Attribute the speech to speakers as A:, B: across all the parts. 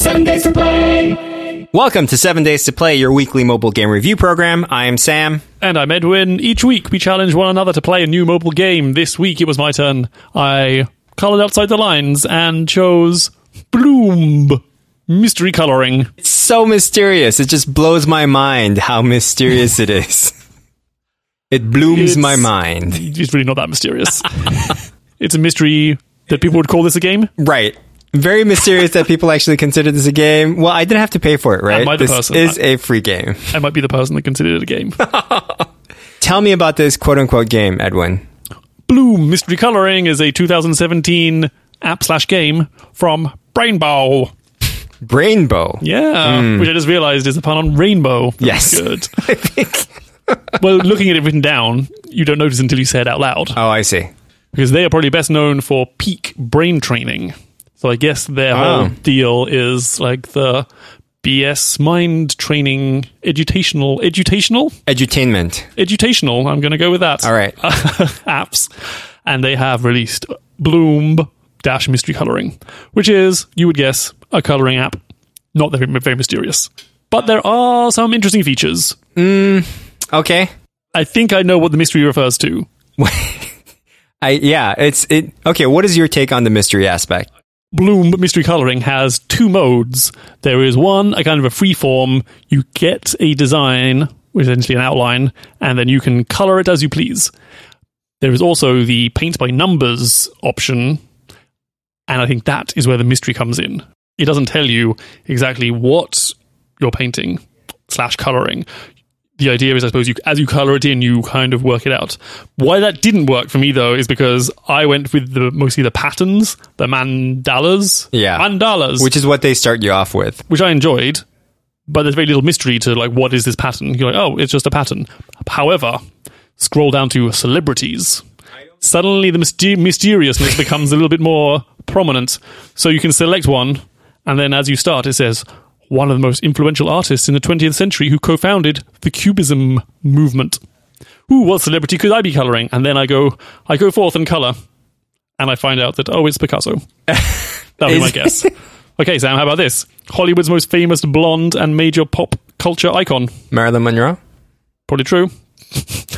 A: Seven Days to Play.
B: Welcome to 7 Days to Play, your weekly mobile game review program. I am Sam.
C: And I'm Edwin. Each week we challenge one another to play a new mobile game. This week it was my turn. I colored outside the lines and chose Bloom. Mystery coloring.
B: It's so mysterious. It just blows my mind how mysterious it is. It blooms
C: It's-
B: my mind.
C: It's really not that mysterious. it's a mystery that people would call this a game.
B: Right. Very mysterious that people actually consider this a game. Well, I didn't have to pay for it, right?
C: Am I the
B: this
C: person?
B: is
C: I-
B: a free game.
C: I might be the person that considered it a game.
B: Tell me about this quote unquote game, Edwin.
C: Bloom Mystery Coloring is a 2017 app slash game from Brainbow.
B: Brainbow.
C: Yeah. Which I just realized is a pun on rainbow. That's
B: Yes.
C: Good. well, looking at it written down, you don't notice until you say it out loud.
B: Oh, I see.
C: because they are probably best known for peak brain training. So I guess
B: Oh.
C: their whole deal is like the BS mind training, educational, educational,
B: Edutainment.
C: educational. I'm going to go with that.
B: All right.
C: apps, and they have released Bloom Dash Mystery Coloring, which is you would guess a coloring app, not very, very mysterious, but there are some interesting features.
B: Okay.
C: I think I know what the mystery refers to.
B: I yeah, it's it okay, what is your take on the mystery aspect?
C: Bloom Mystery Coloring has two modes. There is one, a kind of a free form. You get a design, which is essentially an outline, and then you can color it as you please. There is also the paint by numbers option, and I think that is where the mystery comes in. It doesn't tell you exactly what you're painting slash coloring. The idea is, I suppose, you, as you color it in, you kind of work it out. Why that didn't work for me though is because I went with the mostly the patterns, the mandalas,
B: Yeah.
C: mandalas,
B: Which is what they start you off with.
C: which I enjoyed, but there's very little mystery to like what is this pattern. You're like, oh, it's just a pattern. However, scroll down to celebrities. Suddenly, the myster- mysteriousness becomes a little bit more prominent. So you can select one, and then as you start, it says one of the most influential artists in the 20th century who co-founded the Cubism movement. Ooh, what celebrity could I be coloring? And then I go, I go forth and color, and I find out that oh, it's Picasso. That'll be my
B: Is-
C: guess. Okay, Sam, how about this? Hollywood's most famous blonde and major pop culture icon.
B: Marilyn Monroe?
C: Probably true.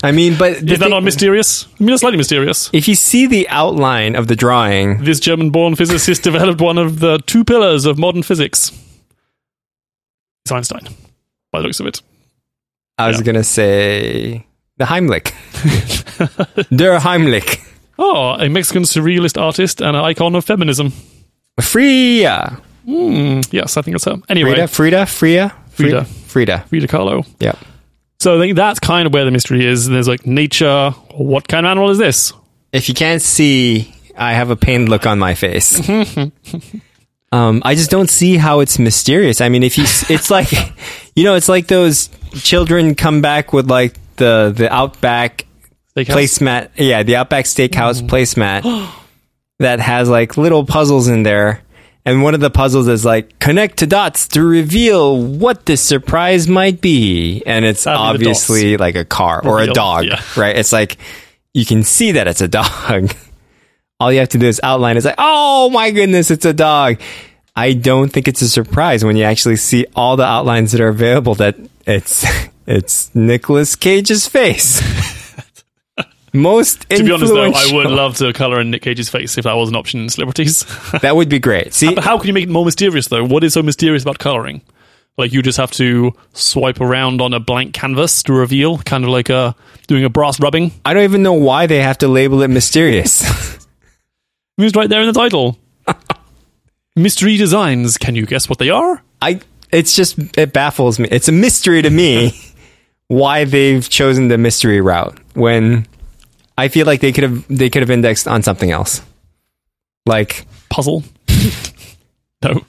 B: I mean, but the
C: Is that
B: thing-
C: not mysterious? I mean, it's slightly mysterious.
B: if you see the outline of the drawing,
C: This German born physicist developed one of the two pillars of modern physics. It's Einstein, by the looks of it.
B: I was gonna say the Heimlich. Der Heimlich.
C: Oh, a Mexican surrealist artist and an icon of feminism.
B: Freya.
C: Hmm, yes, I think it's her. Anyway,
B: Frida,
C: Frida,
B: Frida, Freya,
C: Frida.
B: Frida.
C: Kahlo.
B: Yep.
C: So I think that's kind of where the mystery is. There's like nature. What kind of animal is this?
B: If you can't see, I have a pained look on my face. um, I just don't see how it's mysterious. I mean, if you, s- it's like, you know, it's like those children come back with like the the Outback
C: They can-
B: placemat. Yeah, the Outback Steakhouse placemat that has like little puzzles in there. And one of the puzzles is like connect to dots to reveal what this surprise might be. And it's
C: That'd be the dots.
B: obviously like a car or a
C: Reveal,
B: dog,
C: yeah.
B: right? It's like you can see that it's a dog. All you have to do is outline. It's like, oh my goodness, it's a dog. I don't think it's a surprise when you actually see all the outlines that are available that it's it's Nicolas Cage's face. Most
C: To be
B: influential.
C: honest, though, I would love to color in Nick Cage's face if that was an option in celebrities.
B: That would be great. See,
C: But how can you make it more mysterious though? What is so mysterious about coloring? Like you just have to swipe around on a blank canvas to reveal, kind of like a doing a brass rubbing.
B: I don't even know why they have to label it mysterious.
C: It was right there in the title. Mystery designs. Can you guess what they are?
B: I. It's just it baffles me. It's a mystery to me why they've chosen the mystery route when I feel like they could have they could have indexed on something else, like
C: Puzzle. no.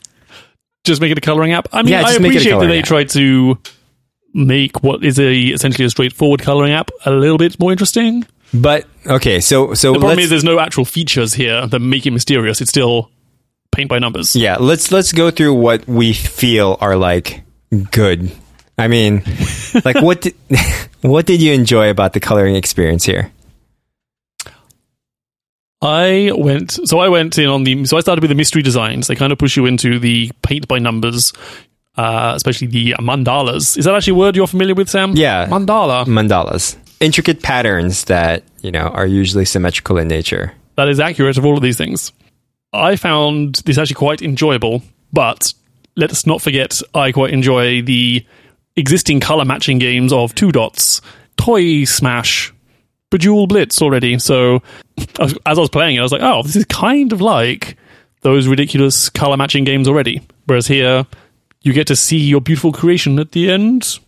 C: Just make it a coloring app. I mean,
B: Yeah,
C: I
B: just make it a
C: appreciate that
B: colouring
C: they
B: app.
C: tried to make what is a essentially a straightforward coloring app a little bit more interesting.
B: But okay, so so
C: The problem
B: let's,
C: is there's no actual features here that make it mysterious. It's still paint by numbers.
B: yeah, let's let's go through what we feel are like good. I mean, like what did, what did you enjoy about the coloring experience here?
C: I went, so I went in on the, so I started with the mystery designs. They kind of push you into the paint by numbers, uh, especially the mandalas. Is that actually a word you're familiar with, Sam?
B: Yeah.
C: Mandala.
B: Mandalas. Intricate patterns that, you know, are usually symmetrical in nature.
C: that is accurate of all of these things. I found this actually quite enjoyable, but let's not forget I quite enjoy the existing color matching games of Two Dots, Toy Smash, Bejewel Blitz already. So I was- as I was playing it, I was like, oh, this is kind of like those ridiculous color matching games already. Whereas here, you get to see your beautiful creation at the end,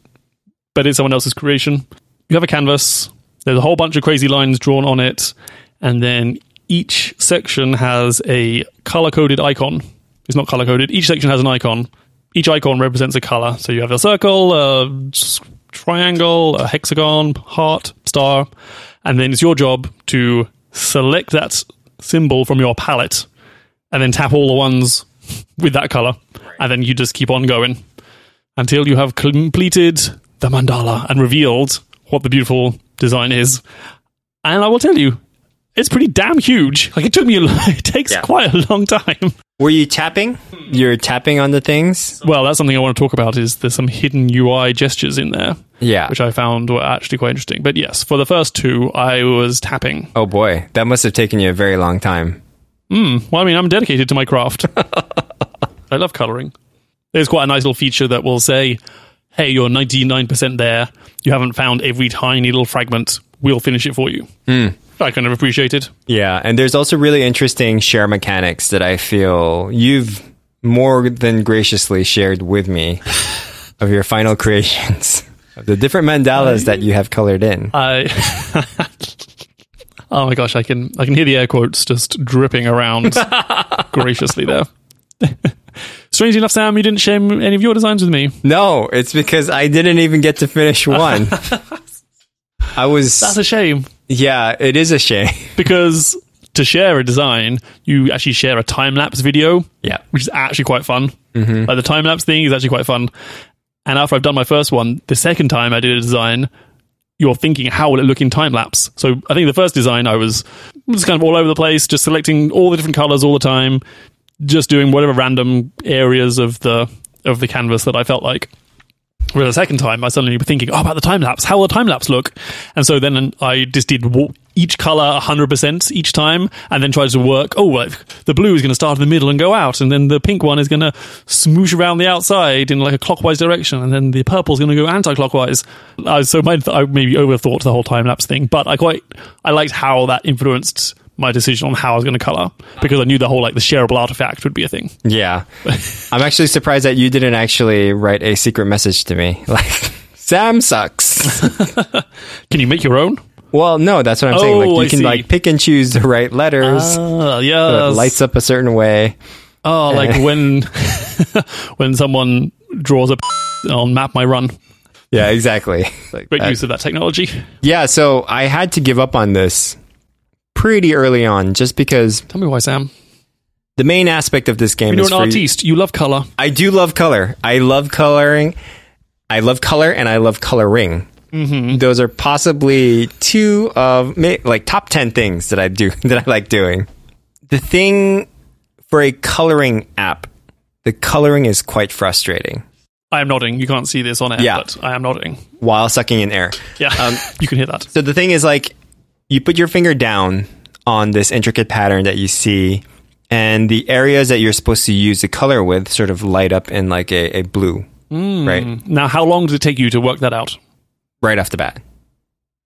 C: but it's someone else's creation. You have a canvas, there's a whole bunch of crazy lines drawn on it, and then each section has a color coded icon. It's not color coded, each section has an icon. Each icon represents a color. So you have a circle, a s- triangle, a hexagon, heart, star, and then it's your job to select that symbol from your palette and then tap all the ones with that color, and then you just keep on going until you have completed the mandala and revealed what the beautiful design is. And I will tell you, it's pretty damn huge. Like it took me, a, lo- it takes
B: Yeah.
C: quite a long time.
B: Were you tapping? You're tapping on the things?
C: Well, that's something I want to talk about. Is there's some hidden UI gestures in there,
B: Yeah.
C: which I found were actually quite interesting. But yes, for the first two, I was tapping.
B: oh boy, that must have taken you a very long time.
C: Hmm. Well, I mean, I'm dedicated to my craft. I love coloring. There's quite a nice little feature that will say, hey, you're 99% there. You haven't found every tiny little fragment. We'll finish it for you. I kind of appreciated.
B: Yeah, and there's also really interesting share mechanics that I feel you've more than graciously shared with me of your final creations of the different mandalas that you have colored in.
C: I. oh my gosh, I can I can hear the air quotes just dripping around graciously there. Strangely enough, Sam, you didn't share any of your designs with me.
B: No, it's because I didn't even get to finish one. I
C: That's
B: was
C: a shame.
B: yeah, it is a shame.
C: because to share a design, you actually share a time lapse video.
B: Yeah.
C: which is actually quite fun. Like the time lapse thing is actually quite fun. And after I've done my first one, the second time I did a design, you're thinking, how will it look in time lapse? So I think the first design I was just kind of all over the place, just selecting all the different colors all the time, just doing whatever random areas of the of the canvas that I felt like. Whereas the second time, I suddenly was thinking, oh, about the time lapse. How will the time lapse look? And so then I just did wa- each color 100% each time and then tried to work. Oh, well, the blue is going to start in the middle and go out. And then the pink one is going to smoosh around the outside in like a clockwise direction. And then the purple is going to go anti clockwise. Uh, so my, I maybe overthought the whole time lapse thing, but I quite, I liked how that influenced my decision on how I was going to color because I knew the whole like the shareable artifact would be a thing.
B: Yeah. I'm actually surprised that you didn't actually write a secret message to me. Like Sam sucks.
C: Can you make your own?
B: Well, no, that's what I'm saying. Like
C: Oh,
B: you
C: I
B: can
C: see.
B: like pick and choose the right letters.
C: Uh,
B: so
C: yeah.
B: it lights up a certain way.
C: Oh, like when when someone draws a on map my run.
B: Yeah, exactly. Like
C: Great
B: that.
C: use of that technology.
B: Yeah, so I had to give up on this pretty early on just because
C: Tell me why, Sam.
B: the main aspect of this game
C: You're
B: is
C: an
B: for you-
C: artiste. You love color.
B: I do love color. I love coloring. I love color and I love coloring. Those are possibly two of ma- like top 10 things that I do that I like doing. The thing for a coloring app, the coloring is quite frustrating
C: I am nodding. You can't see this on air,
B: Yeah. Um,
C: but I am nodding.
B: while sucking in air.
C: Yeah, you can hear that.
B: So the thing is like you put your finger down on this intricate pattern that you see and the areas that you're supposed to use the color with sort of light up in like a, a blue. Right.
C: Now, how long did it take you to work that out?
B: Right off the bat.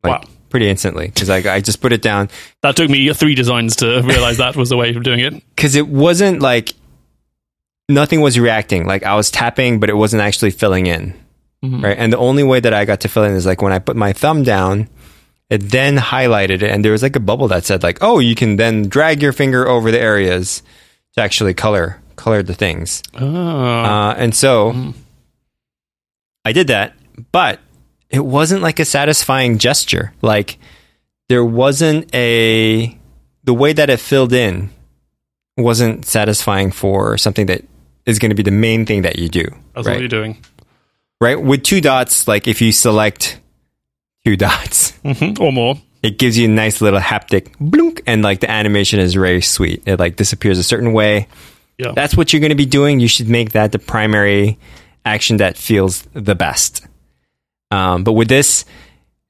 B: Like
C: Wow.
B: pretty instantly. Because like I just put it down
C: That took me three designs to realize that was the way of doing it.
B: because it wasn't like nothing was reacting. Like I was tapping, but it wasn't actually filling in. Right. And the only way that I got to fill in is like when I put my thumb down, it then highlighted it. And there was like a bubble that said, like, oh, you can then drag your finger over the areas to actually color, color the things.
C: Ah.
B: Uh, and so I did that, but it wasn't like a satisfying gesture. Like there wasn't a the way that it filled in wasn't satisfying for something that is going to be the main thing that you do.
C: that's what you're
B: Right?
C: doing.
B: right? With two dots, like if you select two dots,
C: hmm Or more.
B: it gives you a nice little haptic blunk, and like the animation is very sweet. It like disappears a certain way.
C: Yeah.
B: That's what you're going to be doing. You should make that the primary action that feels the best. Um, but with this,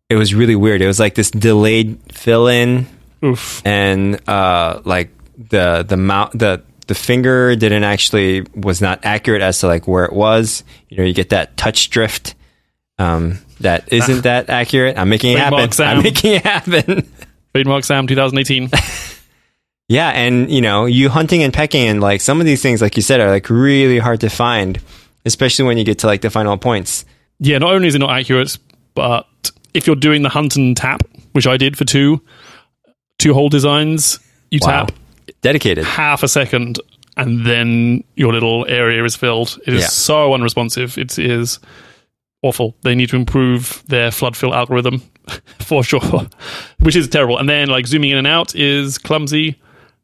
B: it was really weird. It was like this delayed fill in,
C: Oof.
B: and uh, like the the mount the the finger didn't actually was not accurate as to like where it was. You know, you get that touch drift. Um, that isn't that accurate. I'm making it happen.
C: Trademark
B: I'm
C: sound.
B: making it happen.
C: Trademark Sam 2018.
B: Yeah, and you know, you hunting and pecking and like some of these things, like you said, are like really hard to find, especially when you get to like the final points.
C: yeah, not only is it not accurate, but if you're doing the hunt and tap, which I did for two, two whole designs, you tap
B: Dedicated.
C: half a second and then your little area is filled. It is
B: Yeah.
C: so unresponsive. It is awful. They need to improve their flood fill algorithm for sure, which is terrible. And then like zooming in and out is clumsy.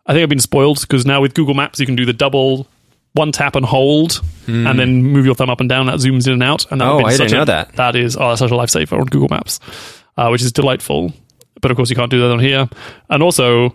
C: I think I've been spoiled because now with Google Maps you can do the double one tap and hold and then move your thumb up and down that zooms in and out and that
B: Hmm. Oh,
C: would be
B: I didn't
C: such a-
B: know that.
C: that is oh, that's such a lifesaver on Google Maps uh, which is delightful but of course you can't do that on here and also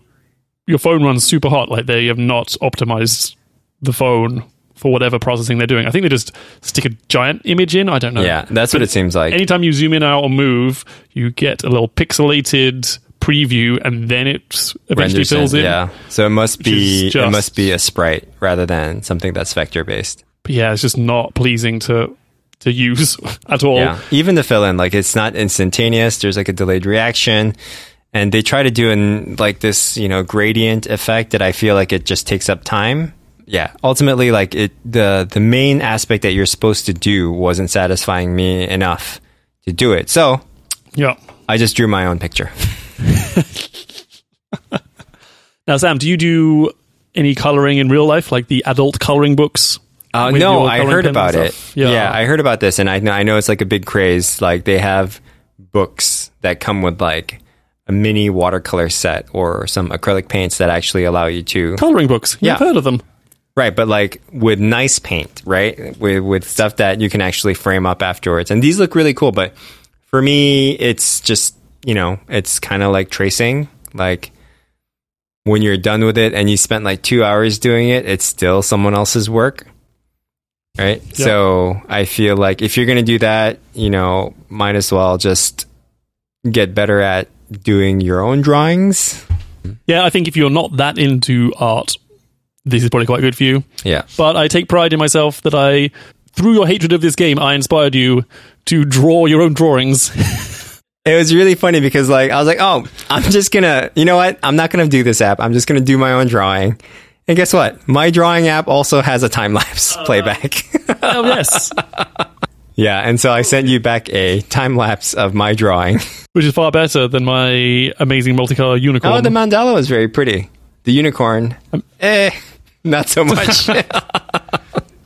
C: your phone runs super hot. Like they have not optimized the phone for whatever processing they're doing. I think they just stick a giant image in. I don't know.
B: Yeah, that's what it seems like.
C: Anytime you zoom in out or move, you get a little pixelated preview, and then it eventually
B: Renders in,
C: fills in.
B: Yeah. So it must be
C: is
B: it
C: just-
B: must be a sprite rather than something that's vector based.
C: But yeah, it's just not pleasing to to use at all.
B: Yeah. Even the fill in, like it's not instantaneous. There's like a delayed reaction. And they try to do in like this, you know, gradient effect that I feel like it just takes up time. Yeah. Ultimately, like it the the main aspect that you're supposed to do wasn't satisfying me enough to do it. So
C: Yeah.
B: I just drew my own picture.
C: Now, Sam, do you do any coloring in real life, like the adult coloring books?
B: Uh,
C: with
B: no,
C: your
B: I
C: coloring
B: heard
C: pen and
B: about it.
C: stuff?
B: Yeah. I heard about this, and I know I know it's like a big craze. Like they have books that come with like a mini watercolor set or some acrylic paints that actually allow you to
C: coloring books. Yeah, I've
B: Yeah.
C: heard of them.
B: right, but like with nice paint, right? With with stuff that you can actually frame up afterwards, and these look really cool. But for me, it's just you know, it's kind of like tracing, like. When you're done with it and you spent like two hours doing it, it's still someone else's work right? So I feel like if you're going to do that, you know, might as well just get better at doing your own drawings.
C: Yeah, I think if you're not that into art, this is probably quite good for you.
B: Yeah.
C: But I take pride in myself that I, through your hatred of this game, I inspired you to draw your own drawings.
B: It was really funny because like I was like, "Oh, I'm just going to, you know what? I'm not going to do this app. I'm just going to do my own drawing." And guess what? My drawing app also has a time lapse playback.
C: oh, yes.
B: yeah, and so I sent you back a time lapse of my drawing.
C: Which is far better than my amazing multicolor unicorn.
B: Oh, the mandala was very pretty. The unicorn, eh, not so much.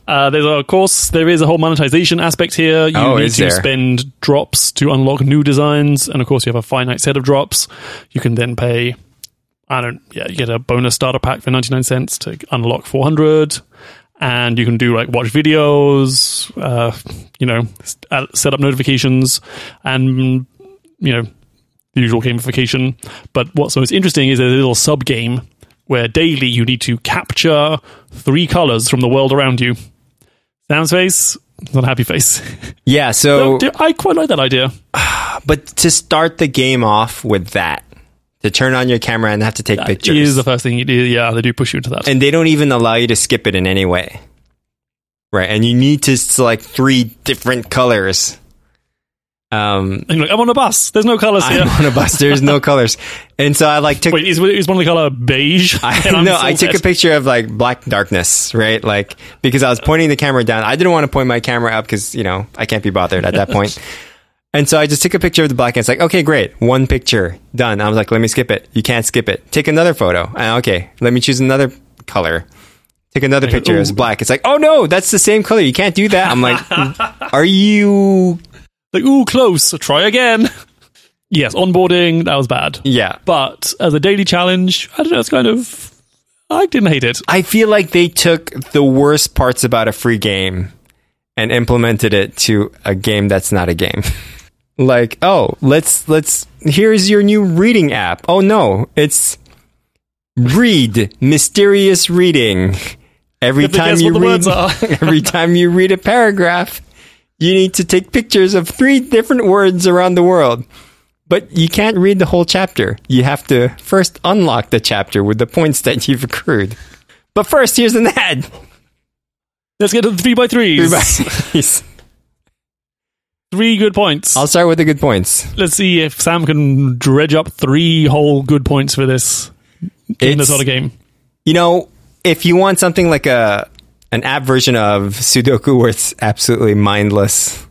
C: Uh, there's of course there is a whole monetization aspect here. You
B: Oh,
C: need
B: is
C: to
B: there?
C: spend drops to unlock new designs, and of course you have a finite set of drops. You can then pay. I don't. Yeah, you get a bonus starter pack for ninety nine cents to unlock four hundred, and you can do like watch videos. Uh, you know, s- uh, set up notifications, and you know the usual gamification. But what's most interesting is there's a little sub game where daily you need to capture three colors from the world around you. Sam's face, not a happy face.
B: yeah, so
C: Do- I quite like that idea.
B: But to start the game off with that, to turn on your camera and have to take
C: It
B: pictures,
C: is the first thing you do. Yeah, they do push you into that.
B: and they don't even allow you to skip it in any way, right? And you need to select three different colors. Um,
C: And you're like, I'm on a bus. There's no colors
B: I'm
C: here.
B: on a bus. There's no colors, and so I like took.
C: Wait, is, is one of the color beige?
B: I
C: And I'm
B: no, I
C: still
B: took a
C: dead.
B: picture of like black darkness, right? Like because I was pointing the camera down. I didn't want to point my camera up because you know I can't be bothered at that point. And so I just took a picture of the black and it's like, okay, great. One picture done. I was like, let me skip it. You can't skip it. Take another photo. Uh, okay. Let me choose another color. Take another picture. It's
C: ooh.
B: black. It's like, oh no, that's the same color. You can't do that. I'm like, are you?
C: Like, ooh, close. Try again. yes, onboarding. That was bad.
B: Yeah.
C: But as a daily challenge, I don't know. It's kind of. I didn't hate it.
B: I feel like they took the worst parts about a free game and implemented it to a game that's not a game. like oh let's let's here's your new reading app oh no it's read mysterious reading every
C: have to
B: time
C: guess
B: you
C: what the
B: read
C: words are.
B: every time you read a paragraph you need to take pictures of three different words around the world but you can't read the whole chapter you have to first unlock the chapter with the points that you've accrued but first here's an ad
C: Let's get to the three by threes. Three good points.
B: i'll start with the good points
C: Let's see if Sam can dredge up three whole good points for this in this
B: It's-
C: sort of game.
B: You know, if you want something like a an app version of Sudoku where it's absolutely mindless.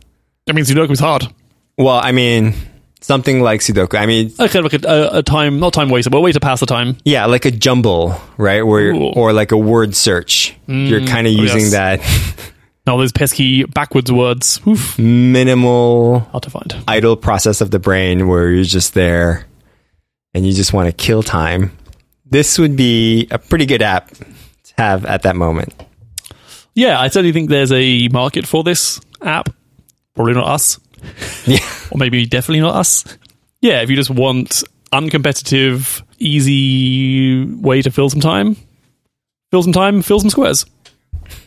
C: That means Sudoku is hard.
B: Well, I mean, something like Sudoku. I mean,
C: Okay, look at a, a time, not time waster, but a way to pass the time.
B: yeah, like a jumble, right? Where
C: Ooh. Mm, oh,
B: or like a word search. You're kind of using
C: yes.
B: that
C: Now those pesky backwards words. Oof,
B: minimal
C: hard to find.
B: idle process of the brain where you're just there and you just want to kill time. This would be a pretty good app to have at that moment.
C: Yeah, I certainly think there's a market for this app. Probably not us,
B: Yeah.
C: or maybe definitely not us. Yeah, if you just want uncompetitive, easy way to fill some time, fill some time, fill some squares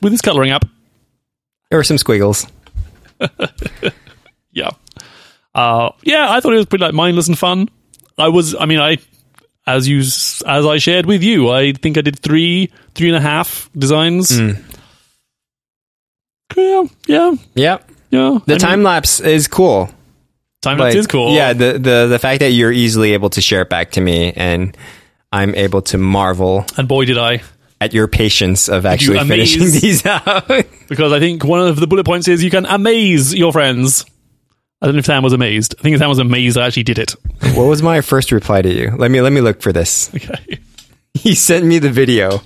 C: with this coloring app.
B: Or some squiggles.
C: yeah uh yeah i thought it was pretty like mindless and fun i was i mean i as you s- as i shared with you i think i did three three and a half designs
B: Hmm.
C: yeah yeah
B: Yep.
C: yeah
B: The time lapse is cool.
C: time
B: like,
C: lapse is cool
B: Yeah, the, the the fact that you're easily able to share it back to me and I'm able to marvel
C: and boy did i
B: at your patience of actually
C: amaze-
B: finishing these out.
C: because i think one of the bullet points is you can amaze your friends i don't know if sam was amazed i think sam was amazed i actually did it
B: what was my first reply to you? Let me let me look for this.
C: okay
B: He sent me the video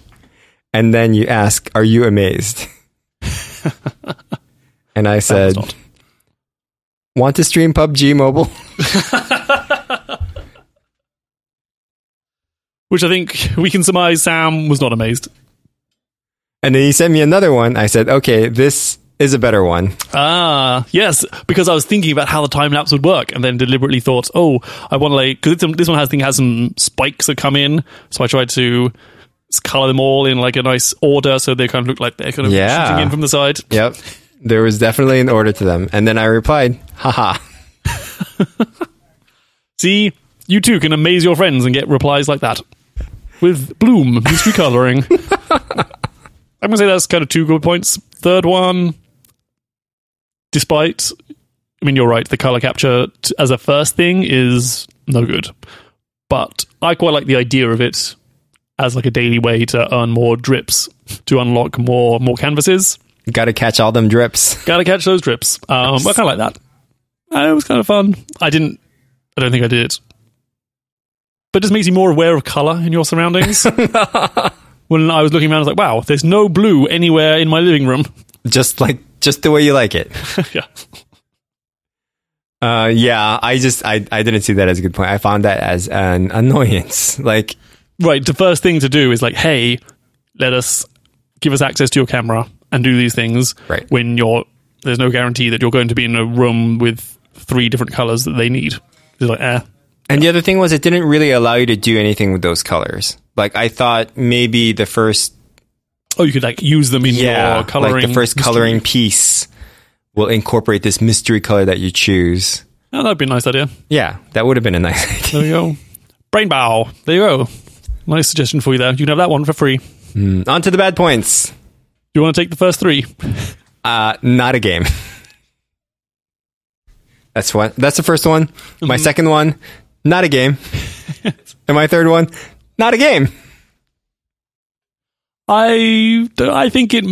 B: and then you ask, "Are you amazed?" and I said,
C: not.
B: "Want to stream PUBG Mobile?"
C: which i think we can surmise sam was not amazed
B: And then he sent me another one. I said, "Okay, this is a better one."
C: Ah, yes, because I was thinking about how the time lapse would work, and then deliberately thought, oh, I want to like because this one has thing has some spikes that come in, so I tried to color them all in like a nice order, so they kind of look like they're kind of
B: Yeah.
C: shooting in from the side.
B: Yep. There was definitely an order to them. And then I replied, "Haha."
C: See, you too can amaze your friends and get replies like that with bloom mystery coloring. I'm gonna say that's kind of two good points. Third one, despite, I mean, you're right. The color capture t- as a first thing is no good, but I quite like the idea of it as like a daily way to earn more drips to unlock more more canvases.
B: Got to catch all them drips.
C: Gotta catch those drips. Um, I kind of like that. Uh, It was kind of fun. I didn't. I don't think I did it. But it just makes you more aware of color in your surroundings. when I was looking around, I was like, "Wow, there's no blue anywhere in my living room."
B: Just like just the way you like it.
C: yeah,
B: Uh, yeah, I just I, I didn't see that as a good point. I found that as an annoyance. Like
C: right. The first thing to do is like, "Hey, let us give us access to your camera and do these things."
B: Right.
C: When you're there's no guarantee that you're going to be in a room with three different colors that they need. It's like, eh,
B: and the other thing was it didn't really allow you to do anything with those colors. Like I thought maybe the first
C: oh, you could like use them in
B: yeah,
C: your coloring.
B: like the first coloring piece will incorporate this mystery color that you choose.
C: Oh, that'd be a nice idea.
B: Yeah, that would have been a nice idea.
C: There you go. Brain bow. There you go. Nice suggestion for you there. You can have that one for free. Do Mm.
B: On to the bad points.
C: you want to take the first three?
B: Uh, not a game. That's one. That's the first one. My
C: Mm-hmm.
B: second one, not a game. and my third one, not a game.
C: I I think it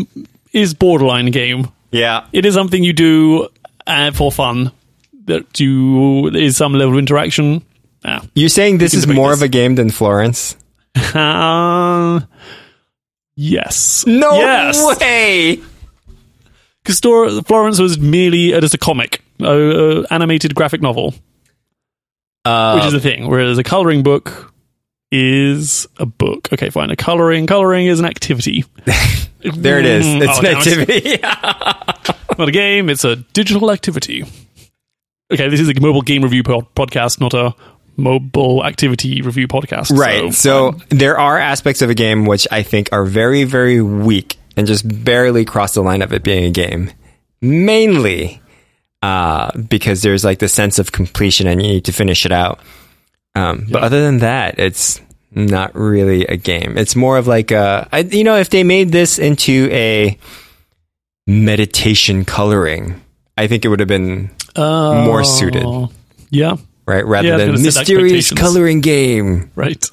C: is borderline game.
B: Yeah,
C: It is something you do uh, for fun. That you there is some level of interaction. Ah.
B: you're saying this is
C: debate
B: more
C: this.
B: of a game than Florence?
C: Uh, yes.
B: No
C: Yes.
B: way.
C: Because Florence was merely uh, just a comic, an animated graphic novel. which is the thing. Whereas a coloring book is a book. Okay, fine. A coloring coloring is an activity.
B: there it is.
C: Mm,
B: It's
C: oh,
B: an
C: damn it.
B: activity.
C: Not a game. It's a digital activity. okay, this is a mobile game review pod- podcast, not a mobile activity review podcast.
B: Right.
C: So,
B: So, there are aspects of a game which I think are very, very weak and just barely cross the line of it being a game. Mainly uh, because there's like the sense of completion and you need to finish it out. Um, But other than that, it's not really a game. It's more of like a, I, you know, if they made this into a meditation coloring, I think it would have been
C: uh,
B: more suited.
C: Yeah.
B: right rather
C: Yeah, I was
B: than
C: gonna set
B: mysterious
C: expectations.
B: coloring game
C: Right.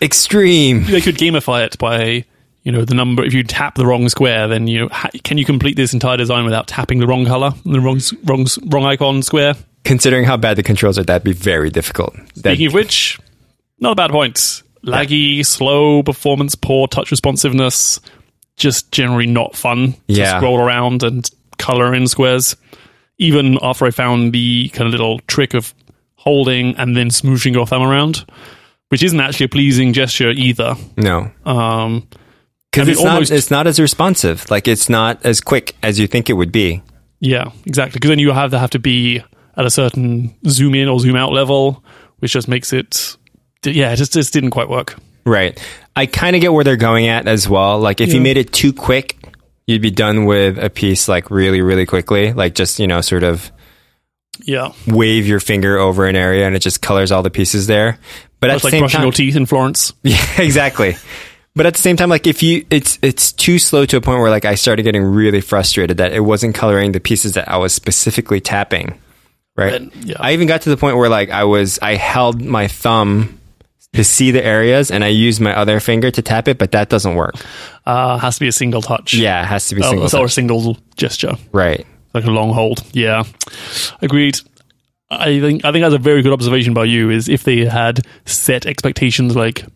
B: extreme.
C: they could gamify it by you know the number if you tap the wrong square then you know, ha- can you complete this entire design without tapping the wrong color the wrong s- wrong s- wrong icon square
B: considering how bad the controls are, that'd be very difficult. That,
C: speaking of which not a bad point laggy slow performance poor touch responsiveness just generally not fun to
B: Yeah.
C: scroll around and color in squares even after i found the kind of little trick of holding and then smooshing your thumb around which isn't actually a pleasing gesture either
B: no,
C: um I
B: because
C: mean,
B: it's not
C: almost-
B: it's not as responsive. Like it's not as quick as you think it would be.
C: Yeah, exactly. Because then you have to have to be at a certain zoom in or zoom out level, which just makes it. Yeah, it just, just didn't quite work.
B: Right. I kind of get where they're going at as well. Like if you made it too quick, you'd be done with a piece like really, really quickly. Like just you know, sort of
C: Yeah,
B: wave your finger over an area and it just colors all the pieces there. But at
C: it's
B: the
C: like
B: same
C: brushing
B: time,
C: your teeth in Florence.
B: Yeah, exactly. But at the same time, like if you, it's it's too slow to a point where like I started getting really frustrated that it wasn't coloring the pieces that I was specifically tapping. Right.
C: Then, yeah.
B: I even got to the point where like I was I held my thumb to see the areas and I used my other finger to tap it, but that doesn't work.
C: Uh, has to be a single touch.
B: Yeah, it has to be
C: Oh,
B: single.
C: or a
B: touch.
C: single gesture,
B: Right.
C: like a long hold. Yeah, agreed. I think I think that's a very good observation by you. Is if they had set expectations like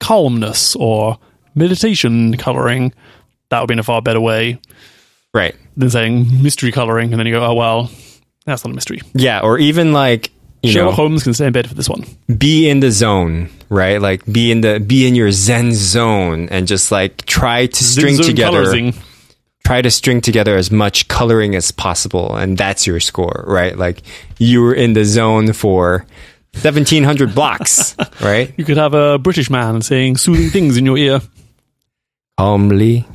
C: calmness or meditation coloring, that would have been a far better way
B: Right.
C: than saying mystery coloring, and then you go, oh well, that's not a mystery.
B: Yeah. Or even like you
C: Sherlock
B: know
C: Holmes can stay in bed for this one.
B: be in the zone, right? Like be in the be in your zen zone and just like try to string
C: Zoom
B: together.
C: coloring.
B: try to string together as much coloring as possible and that's your score right like you were in the zone for 1700 blocks right
C: You could have a British man saying soothing things in your ear.
B: calmly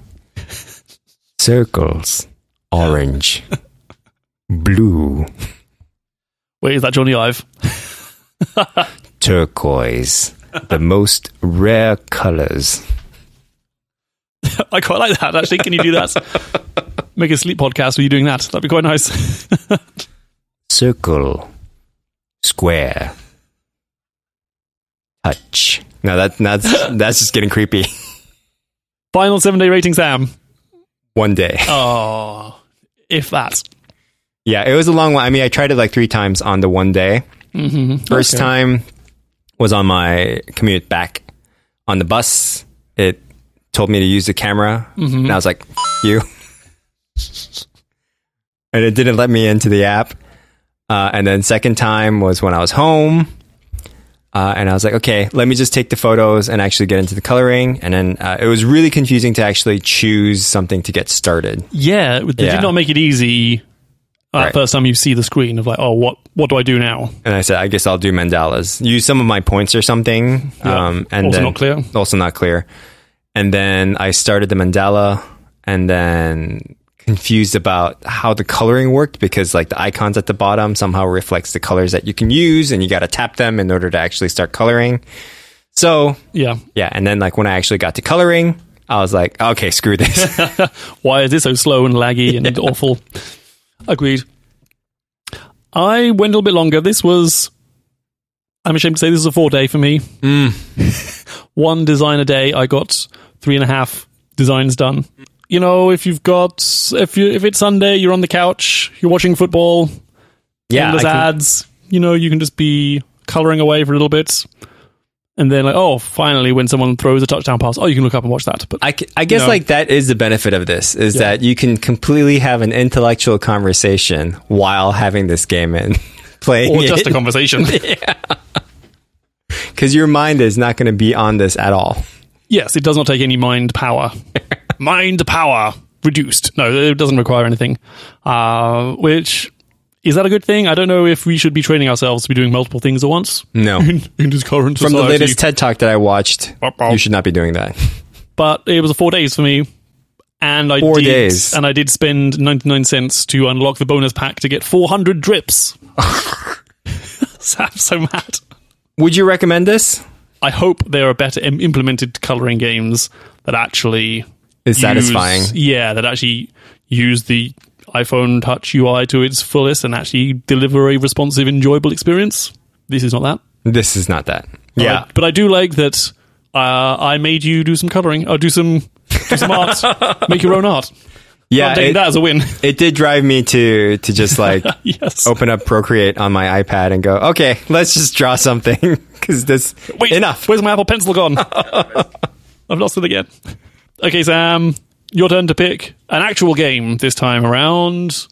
B: circles orange blue
C: Wait, is that Johnny Ive?
B: turquoise the most rare colors
C: I quite like that, actually. Can you do that? Make a sleep podcast with you doing that. That'd be quite nice.
B: circle square touch no that, that's that's just getting creepy
C: Final seven day rating, Sam.
B: one day
C: Oh, if that.
B: Yeah, it was a long one. I mean, I tried it like three times on the one day.
C: Mm-hmm.
B: First time was on my commute back on the bus. It told me to use the camera, and I was like, "F- "You," and it didn't let me into the app. Uh, and then second time was when I was home, uh, and I was like, "Okay, let me just take the photos and actually get into the coloring." And then uh, it was really confusing to actually choose something to get started.
C: Yeah, they
B: Yeah.
C: did not make it easy. Uh,
B: Right.
C: First time you see the screen of like, oh, what what do I do now?
B: And I said, I guess I'll do mandalas. Use some of my points or something.
C: Yeah.
B: Um, and
C: Also
B: then,
C: not clear.
B: Also not clear. And then I started the mandala, and then confused about how the coloring worked because like the icons at the bottom somehow reflects the colors that you can use, and you got to tap them in order to actually start coloring. So
C: Yeah,
B: yeah, and then like when I actually got to coloring, I was like, okay, screw this.
C: why is it so slow and laggy and awful? Agreed. I went a little bit longer. This was, I'm ashamed to say, this was a four day for me.
B: Mm.
C: One design a day. I got three and a half designs done. You know, if you've got, if you if it's Sunday, you're on the couch, you're watching football,
B: yeah, I
C: endless
B: can-
C: ads. You know, you can just be coloring away for a little bit, and then like, oh, finally, when someone throws a touchdown pass, oh, you can look up and watch that. But
B: I, c- I guess
C: know?
B: like that is the benefit of this is that you can completely have an intellectual conversation while having this game in playing
C: or just a conversation.
B: because your mind is not going to be on this at all.
C: Yes, it does not take any mind power. mind power reduced. No, it doesn't require anything. Uh, which Is that a good thing? I don't know if we should be training ourselves to be doing multiple things at once.
B: No.
C: In, in this current
B: From the
C: society.
B: latest TED talk that I watched, you should not be doing that.
C: but it was four days for me. And I
B: Four
C: did,
B: days.
C: and I did spend ninety nine cents to unlock the bonus pack to get four hundred drips. so I'm so mad.
B: Would you recommend this?
C: I hope there are better im- implemented coloring games that actually
B: It's satisfying.
C: use- yeah, that actually use the iPhone Touch UI to its fullest and actually deliver a responsive, enjoyable experience. This is not that.
B: This is not that.
C: But
B: Yeah.
C: I, but I do like that. Uh, I made you do some coloring. I'll do some do some art. Make your own art. I'm
B: Yeah.
C: taking
B: It,
C: that as a win.
B: it did drive me to to just like
C: yes.
B: open up Procreate on my iPad and go, okay, let's just draw something because this
C: Wait,
B: enough.
C: Where's my Apple Pencil gone? I've lost it again. Okay, Sam, your turn to pick an actual game this time around.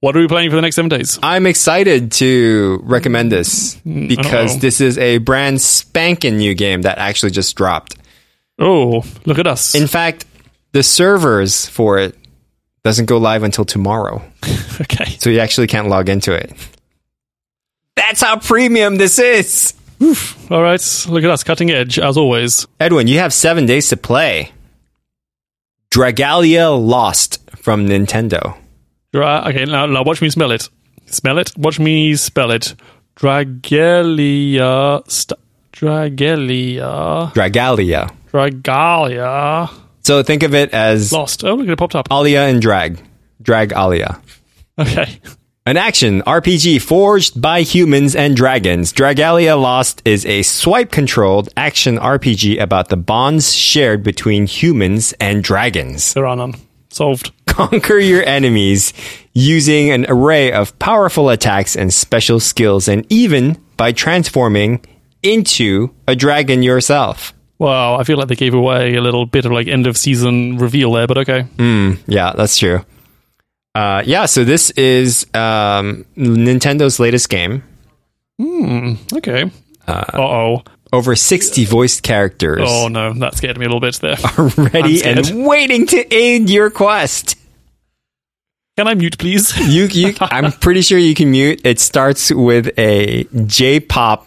C: What are we playing for the next seven days?
B: I'm excited to recommend this because
C: uh-oh.
B: this is a brand spanking new game that actually just dropped.
C: Oh, look at us.
B: In fact, the servers for it doesn't go live until tomorrow,
C: okay.
B: so you actually can't log into it. That's how premium this is.
C: All right. Look at us. Cutting edge, as always.
B: Edwin, you have seven days to play. Dragalia Lost from Nintendo.
C: Dra- okay, now, now watch me smell it. Smell it. Watch me spell it. Dragelia. St- Dragelia.
B: Dragalia.
C: Dragalia.
B: So think of it as
C: Lost. Oh, look, it popped up.
B: Alia and Drag. Drag Alia.
C: Okay.
B: An action RPG forged by humans and dragons. Dragalia Lost is a swipe controlled action RPG about the bonds shared between humans and dragons.
C: There are none. Solved.
B: Conquer your enemies using an array of powerful attacks and special skills, and even by transforming into a dragon yourself.
C: Wow, I feel like they gave away a little bit of like end of season reveal there, but okay.
B: Yeah, that's true. Uh, yeah, so this is um, Nintendo's latest game.
C: Okay. Uh oh.
B: Over 60 voiced characters.
C: Oh no, that scared me a little bit there. I'm
B: ready
C: scared.
B: and waiting to aid your quest.
C: Can I mute, please?
B: You, you, I'm pretty sure you can mute. It starts with a J-pop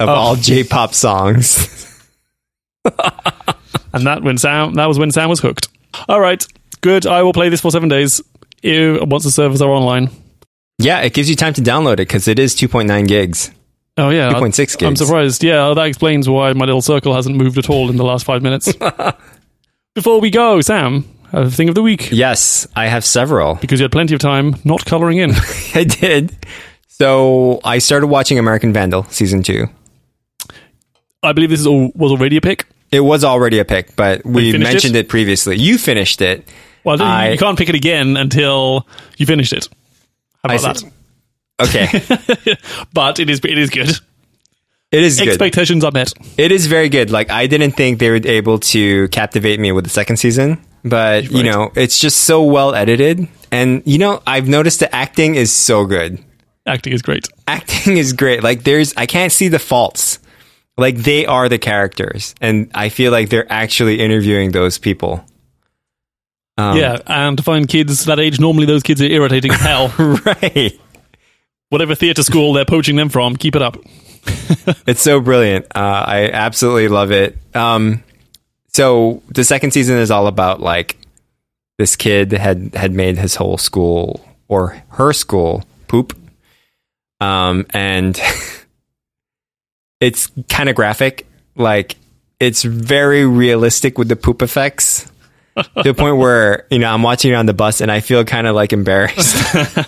B: of all J-pop songs.
C: and that when Sam that was when Sam was hooked. All right, good. I will play this for seven days. Ew, once the servers are online.
B: Yeah, it gives you time to download it because it is 2.9 gigs.
C: Oh yeah,
B: 2.6
C: I'm
B: gigs.
C: surprised. Yeah, that explains why my little circle hasn't moved at all in the last five minutes. Before we go, Sam, a thing of the week
B: Yes, I have several.
C: because you had plenty of time not coloring in.
B: I did. So I started watching American Vandal season two.
C: I believe this is all, was already a pick.
B: It was already a pick, but we,
C: finished
B: mentioned it? previously. You finished it.
C: Well, you-
B: I-
C: you can't pick it again until you finished it. How
B: I
C: about
B: see. Okay,
C: that? but it is it is good.
B: it is good.
C: Expectations are met.
B: It is very good. Like I didn't think they were able to captivate me with the second season, but you
C: Right.
B: know, it's just so well edited. And you know, I've noticed the acting is so good.
C: Acting is great.
B: Acting is great. Like there's I can't see the faults. Like they are the characters and I feel like they're actually interviewing those people.
C: yeah, and to find kids that age, normally those kids are irritating as hell.
B: Right.
C: Whatever theatre school they're poaching them from, keep it up.
B: It's so brilliant. Uh, I absolutely love it. Um, so the second season is all about like this kid had had made his whole school or her school poop, um, and it's kind of graphic. Like it's very realistic with the poop effects. to the point where you know I'm watching it on the bus and I feel kind of like embarrassed.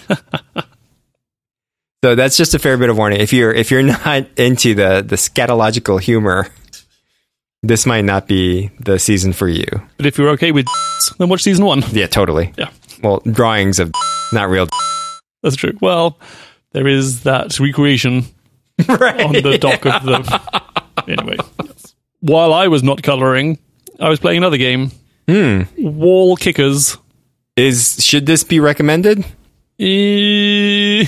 B: So that's just a fair bit of warning. If you're if you're not into the the scatological humor, this might not be the season for you.
C: But if you're okay with then watch season one.
B: Yeah, totally.
C: Yeah,
B: Well, drawings of not real.
C: that's true. Well, there is that recreation on the dock of the. Anyway, while I was not colouring, I was playing another game. Wall Kickers.
B: Is should this be recommended?
C: Eh,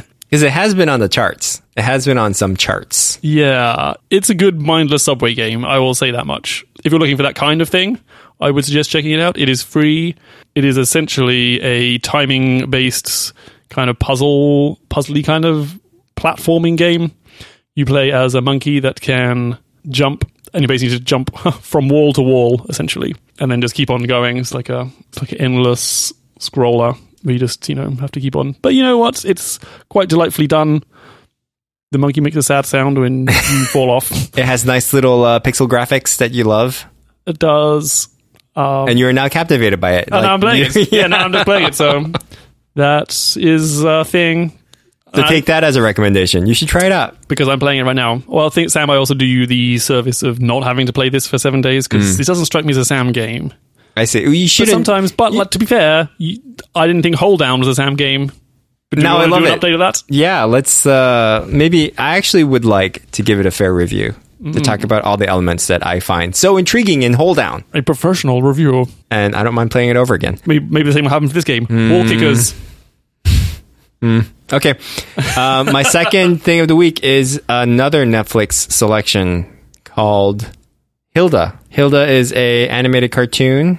B: Because it has been on the charts. It has been on some charts.
C: Yeah, it's a good mindless subway game. I will say that much. If you're looking for that kind of thing, I would suggest checking it out. It is free. It is essentially a timing based kind of puzzle, puzzly kind of platforming game. You play as a monkey that can jump, and you basically just jump from wall to wall, essentially, and then just keep on going. It's like a it's like an endless scroller where you just you know have to keep on. But you know what? It's quite delightfully done. The monkey makes a sad sound when you fall off.
B: It has nice little uh, pixel graphics that you love,
C: It does. Um,
B: and you are now captivated by it.
C: Oh, now I'm playing
B: you-
C: it. Yeah, now I'm just playing it. So that is a thing
B: So take that as a recommendation. You should try it out.
C: because I'm playing it right now. Well, I think Sam, I also do you the service of not having to play this for seven days
B: Mm.
C: because this doesn't strike me as a Sam game.
B: I see. You
C: But
B: should
C: sometimes, but like, to be fair, you, I didn't think Hold Down was a Sam game. But do
B: No,
C: you
B: I
C: wanna
B: love
C: do an
B: it.
C: update of that?
B: Yeah, let's uh maybe I actually would like to give it a fair review to talk about all the elements that I find so intriguing in Hold Down.
C: A professional reviewer.
B: And I don't mind playing it over again.
C: Maybe, maybe the same will happen for this game.
B: Mm.
C: Wall kickers.
B: Okay. Uh, my second thing of the week is another Netflix selection called Hilda. Hilda is a animated cartoon.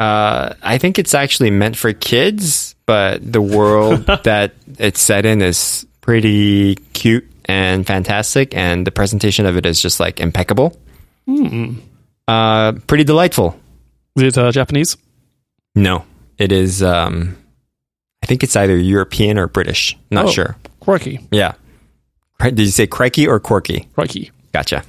B: Uh, I think it's actually meant for kids, but the world that it's set in is pretty cute and fantastic, and the presentation of it is just like impeccable. Uh, pretty delightful.
C: Is it uh, Japanese?
B: No, it is. Um, I think it's either European or British. Not
C: Oh.
B: sure.
C: Quirky.
B: Yeah. Cri- Did you say crikey or quirky?
C: Crikey.
B: Gotcha.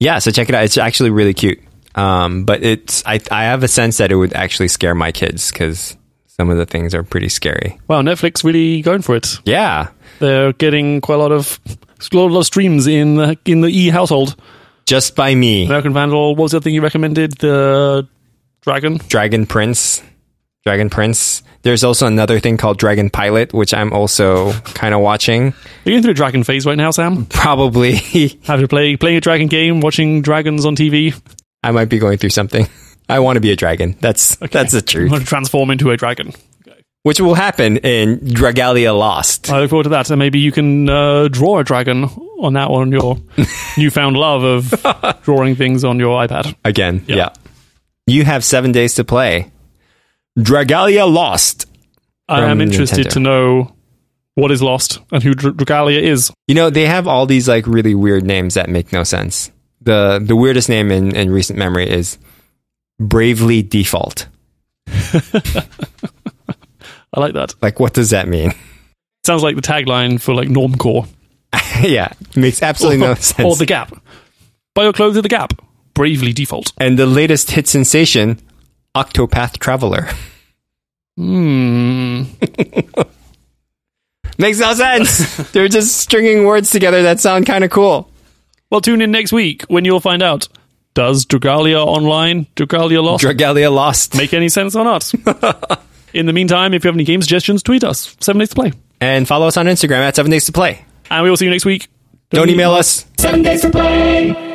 B: Yeah, so check it out. It's actually really cute. Um, but it's I I have a sense that it would actually scare my kids because some of the things are pretty scary.
C: Wow, Netflix really going for it.
B: Yeah.
C: They're getting quite a lot of a lot of streams in the, in the E household.
B: Just by me.
C: American Vandal. What was the other thing you recommended? The Dragon.
B: Dragon Prince. Dragon Prince. There's also another thing called Dragon Pilot, which I'm also kind of watching.
C: Are you going through a dragon phase right now, Sam?
B: Probably
C: Have you play playing a dragon game, watching dragons on TV?
B: I might be going through something. I want to be a dragon. That's that's the
C: You
B: truth.
C: want to transform into a dragon?
B: Which will happen in Dragalia Lost.
C: I look forward to that, and maybe you can uh, draw a dragon on that on your newfound love of drawing things on your iPad.
B: again. Yeah. You have seven days to play. Dragalia lost.
C: I
B: From
C: am interested
B: Nintendo.
C: to know what is lost and who Dr- Dragalia is.
B: You know, they have all these like really weird names that make no sense. The the weirdest name in, in recent memory is Bravely Default.
C: I like that.
B: Like what does that mean?
C: Sounds like the tagline for like Normcore
B: yeah. Makes absolutely no
C: or
B: sense.
C: the Gap. Buy your clothes at the Gap. Bravely default.
B: and the latest hit sensation, Octopath Traveler. Mm.
C: Hmm.
B: Makes no sense. They're just stringing words together that sound kind of cool.
C: Well, tune in next week when you'll find out does Dragalia Online, Dragalia Lost
B: Dragalia lost.
C: make any sense or not? in the meantime, if you have any game suggestions, tweet us. Seven days to play.
B: and follow us on Instagram at seven days to play.
C: And we will see you next week.
B: Don't email us.
A: Seven days to play.